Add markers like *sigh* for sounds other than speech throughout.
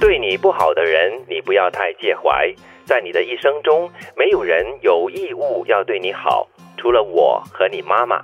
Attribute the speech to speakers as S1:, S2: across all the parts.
S1: 对你不好的人，你不要太介怀。在你的一生中，没有人有义务要对你好，除了我和你妈妈。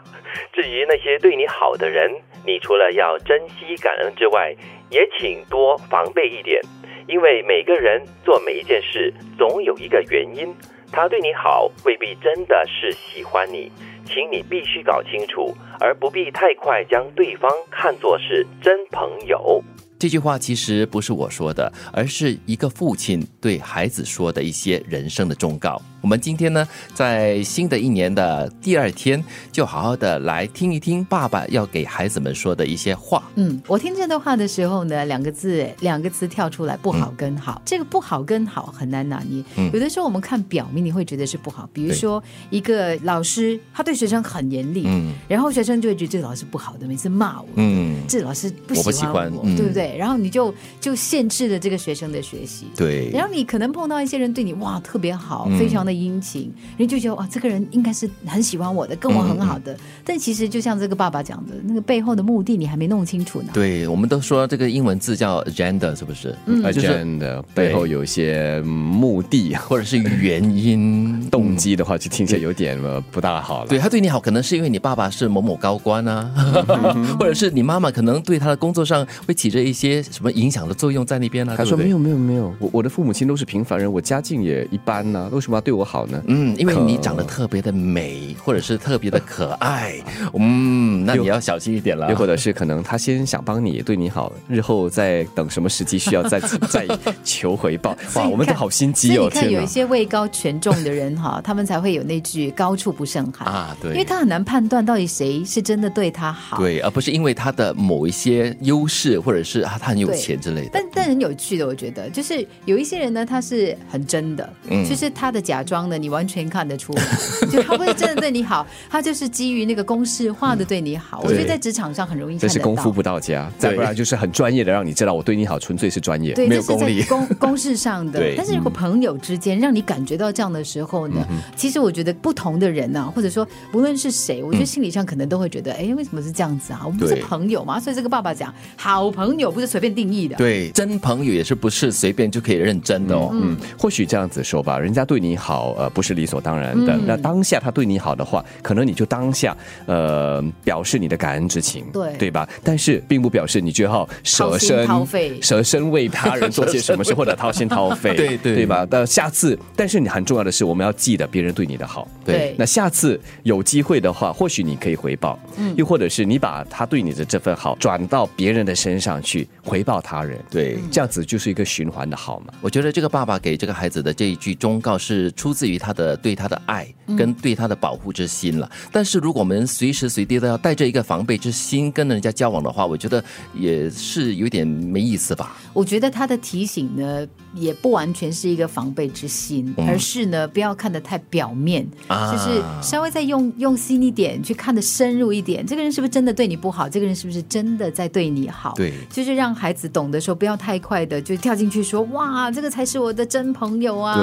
S1: 至于那些对你好的人，你除了要珍惜感恩之外，也请多防备一点，因为每个人做每一件事，总有一个原因。他对你好，未必真的是喜欢你，请你必须搞清楚，而不必太快将对方看作是真朋友。
S2: 这句话其实不是我说的，而是一个父亲对孩子说的一些人生的忠告。我们今天呢，在新的一年的第二天，就好好的来听一听爸爸要给孩子们说的一些话。
S3: 嗯，我听这段话的时候呢，两个字两个词跳出来，不好跟好。这个不好跟好很难拿捏。
S2: 嗯
S3: 有的时候我们看表面，你会觉得是不好。比如
S2: 对
S3: 说一个老师，他对学生很严厉，
S2: 嗯
S3: 然后学生就会觉得这个老师不好的，每次骂我。
S2: 嗯，
S3: 这老师不
S2: 我不
S3: 喜欢
S2: 喜欢
S3: 我，
S2: 嗯
S3: 对不对？然后你就就限制了这个学生的学习。
S2: 对，
S3: 然后你可能碰到一些人对你哇特别好，
S2: 嗯
S3: 非常的殷勤，你就觉得哇这个人应该是很喜欢我的，
S2: 嗯
S3: 跟我很好的。但其实就像这个爸爸讲的，那个背后的目的你还没弄清楚呢。
S2: 对，我们都说这个英文字叫 agenda，是不是？
S3: 嗯
S2: 就是
S4: agenda 背后有一些嗯目的、
S2: 或者是原因
S4: *laughs* 动机的话，就听起来有点呃不大好了。
S2: 对他对你好，可能是因为你爸爸是某某高官啊， *laughs* 或者是你妈妈可能对他的工作上会起着一些什么影响的作用在那边呢、啊？
S4: 他说
S2: 对不对
S4: 没有没有没有，我我的父母亲都是平凡人，我家境也一般呐、为什么要对我好呢？
S2: 嗯，因为
S4: 可
S2: 你长得特别的美，或者是特别的可爱，嗯，那你要小心一点了
S4: 又。或者是可能他先想帮你，对你好，日后再等什么时机需要再 *laughs* 再求回报。
S3: 所以
S4: 哇，
S3: 你
S4: 我们都
S3: 看
S4: 好心
S3: 所以你
S4: 机哦！
S3: 看，
S4: 天
S3: 有
S4: 哪
S3: 一，些位高权重的人哈，他们才会有那句“高处不胜寒”
S2: 啊对
S3: 因为他很难判断到底谁是真的对他好。
S2: 对，而不是因为他的某一些优势，或者是啊他很有
S3: 对
S2: 钱之类的。
S3: 但但很有趣的，我觉得就是有一些人呢，他是很真的，
S4: 嗯
S3: 就是他的假装呢，你完全看得出来， *laughs* 就他不是真的对你好，他就是基于那个公式化的对你好。我觉得
S2: 对
S3: 在职场上很容易
S4: 真
S3: 看
S4: 是
S3: 得
S4: 功夫
S3: 到。
S4: 不到家，再不然就是很专业的让你知道我对你好，纯粹是专业，
S3: 对，这
S4: 没有
S3: 是
S4: 功
S3: 在
S4: 利。
S3: 公公式上的
S2: 对。
S3: 但是如果朋友之间让你感觉到这样的时候呢，
S4: 嗯
S3: 其实我觉得不同的人啊，或者说无论是谁，
S4: 嗯
S3: 我觉得心理上可能都会觉得，哎、为什么是这样子啊？我们不是
S2: 对
S3: 朋友嘛？所以这个爸爸讲，好朋友不是随便定义的。
S2: 对，真朋友也是不是随便就可以认真的哦。
S4: 嗯，或许这样子说吧，人家对你好，呃，不是理所当然的。
S3: 嗯
S4: 那当下他对你好的话，可能你就当下，呃，表示你的感恩之情，
S3: 对
S4: 对吧？但是并不表示你就要舍身
S3: 掏心掏肺
S4: 舍身为他人做些什么事，或者掏心掏
S3: *laughs*
S4: 肺，
S2: 对对
S4: 对吧？那下次，但是你很重要的是，我们要记得别人对你的好。
S3: 对
S4: 那下次有机会的话，或许你可以回报，
S3: 嗯
S4: 又或者是你把他对你的这份好转到别人的身上去回报他人，
S2: 对
S3: 嗯
S4: 这样子就是一个循环的好嘛。
S2: 我觉得这个爸爸给这个孩子的这一句忠告是出自于他的对他的爱
S3: 嗯
S2: 跟对他的保护之心了。但是如果我们随时随地都要带着一个防备之心跟人家交往的话，我觉得也是有点没意思吧。
S3: 我觉得他的提醒呢，也不完全是一个防备之心，而是呢，不要看得太表面，
S2: 嗯啊
S3: 就是稍微再用用心一点，去看得深入一点。这个人是不是真的对你不好？这个人是不是真的在对你好？
S2: 对
S3: 就是让孩子懂得说，不要太快的就跳进去说，哇，这个才是我的真朋友啊。，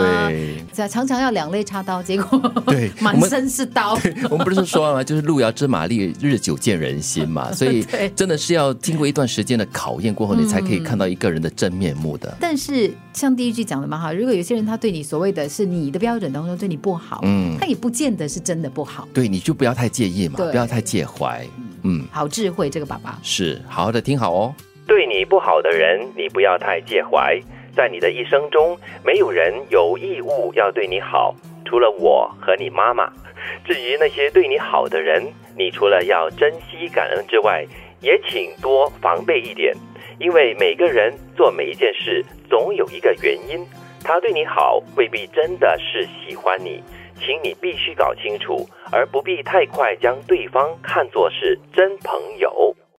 S3: 常常要两肋插刀，结果
S2: *laughs* 对
S3: *laughs* 满
S2: 我们
S3: 身是刀。 *laughs*
S2: 我们不是说了吗？就是路遥知马力，日久见人心
S3: *laughs*
S2: 嘛。所以
S3: 对
S2: 真的是要经过一段时间的考验过后，你才可以看到一个人的真面目的。
S3: 但是像第一句讲的嘛哈，如果有些人他对你所谓的是你的标准当中对你不好，
S2: 嗯
S3: 他也不见得是真的不好。
S2: 对，你就不要太介意嘛，
S3: 对
S2: 不要太介怀。嗯，
S3: 好智慧，这个爸爸。
S2: 是，好好的听好哦。
S1: 对你不好的人，你不要太介怀。在你的一生中，没有人有义务要对你好，除了我和你妈妈。至于那些对你好的人，你除了要珍惜感恩之外，也请多防备一点，因为每个人做每一件事总有一个原因。他对你好，未必真的是喜欢你，请你必须搞清楚，而不必太快将对方看作是真朋友。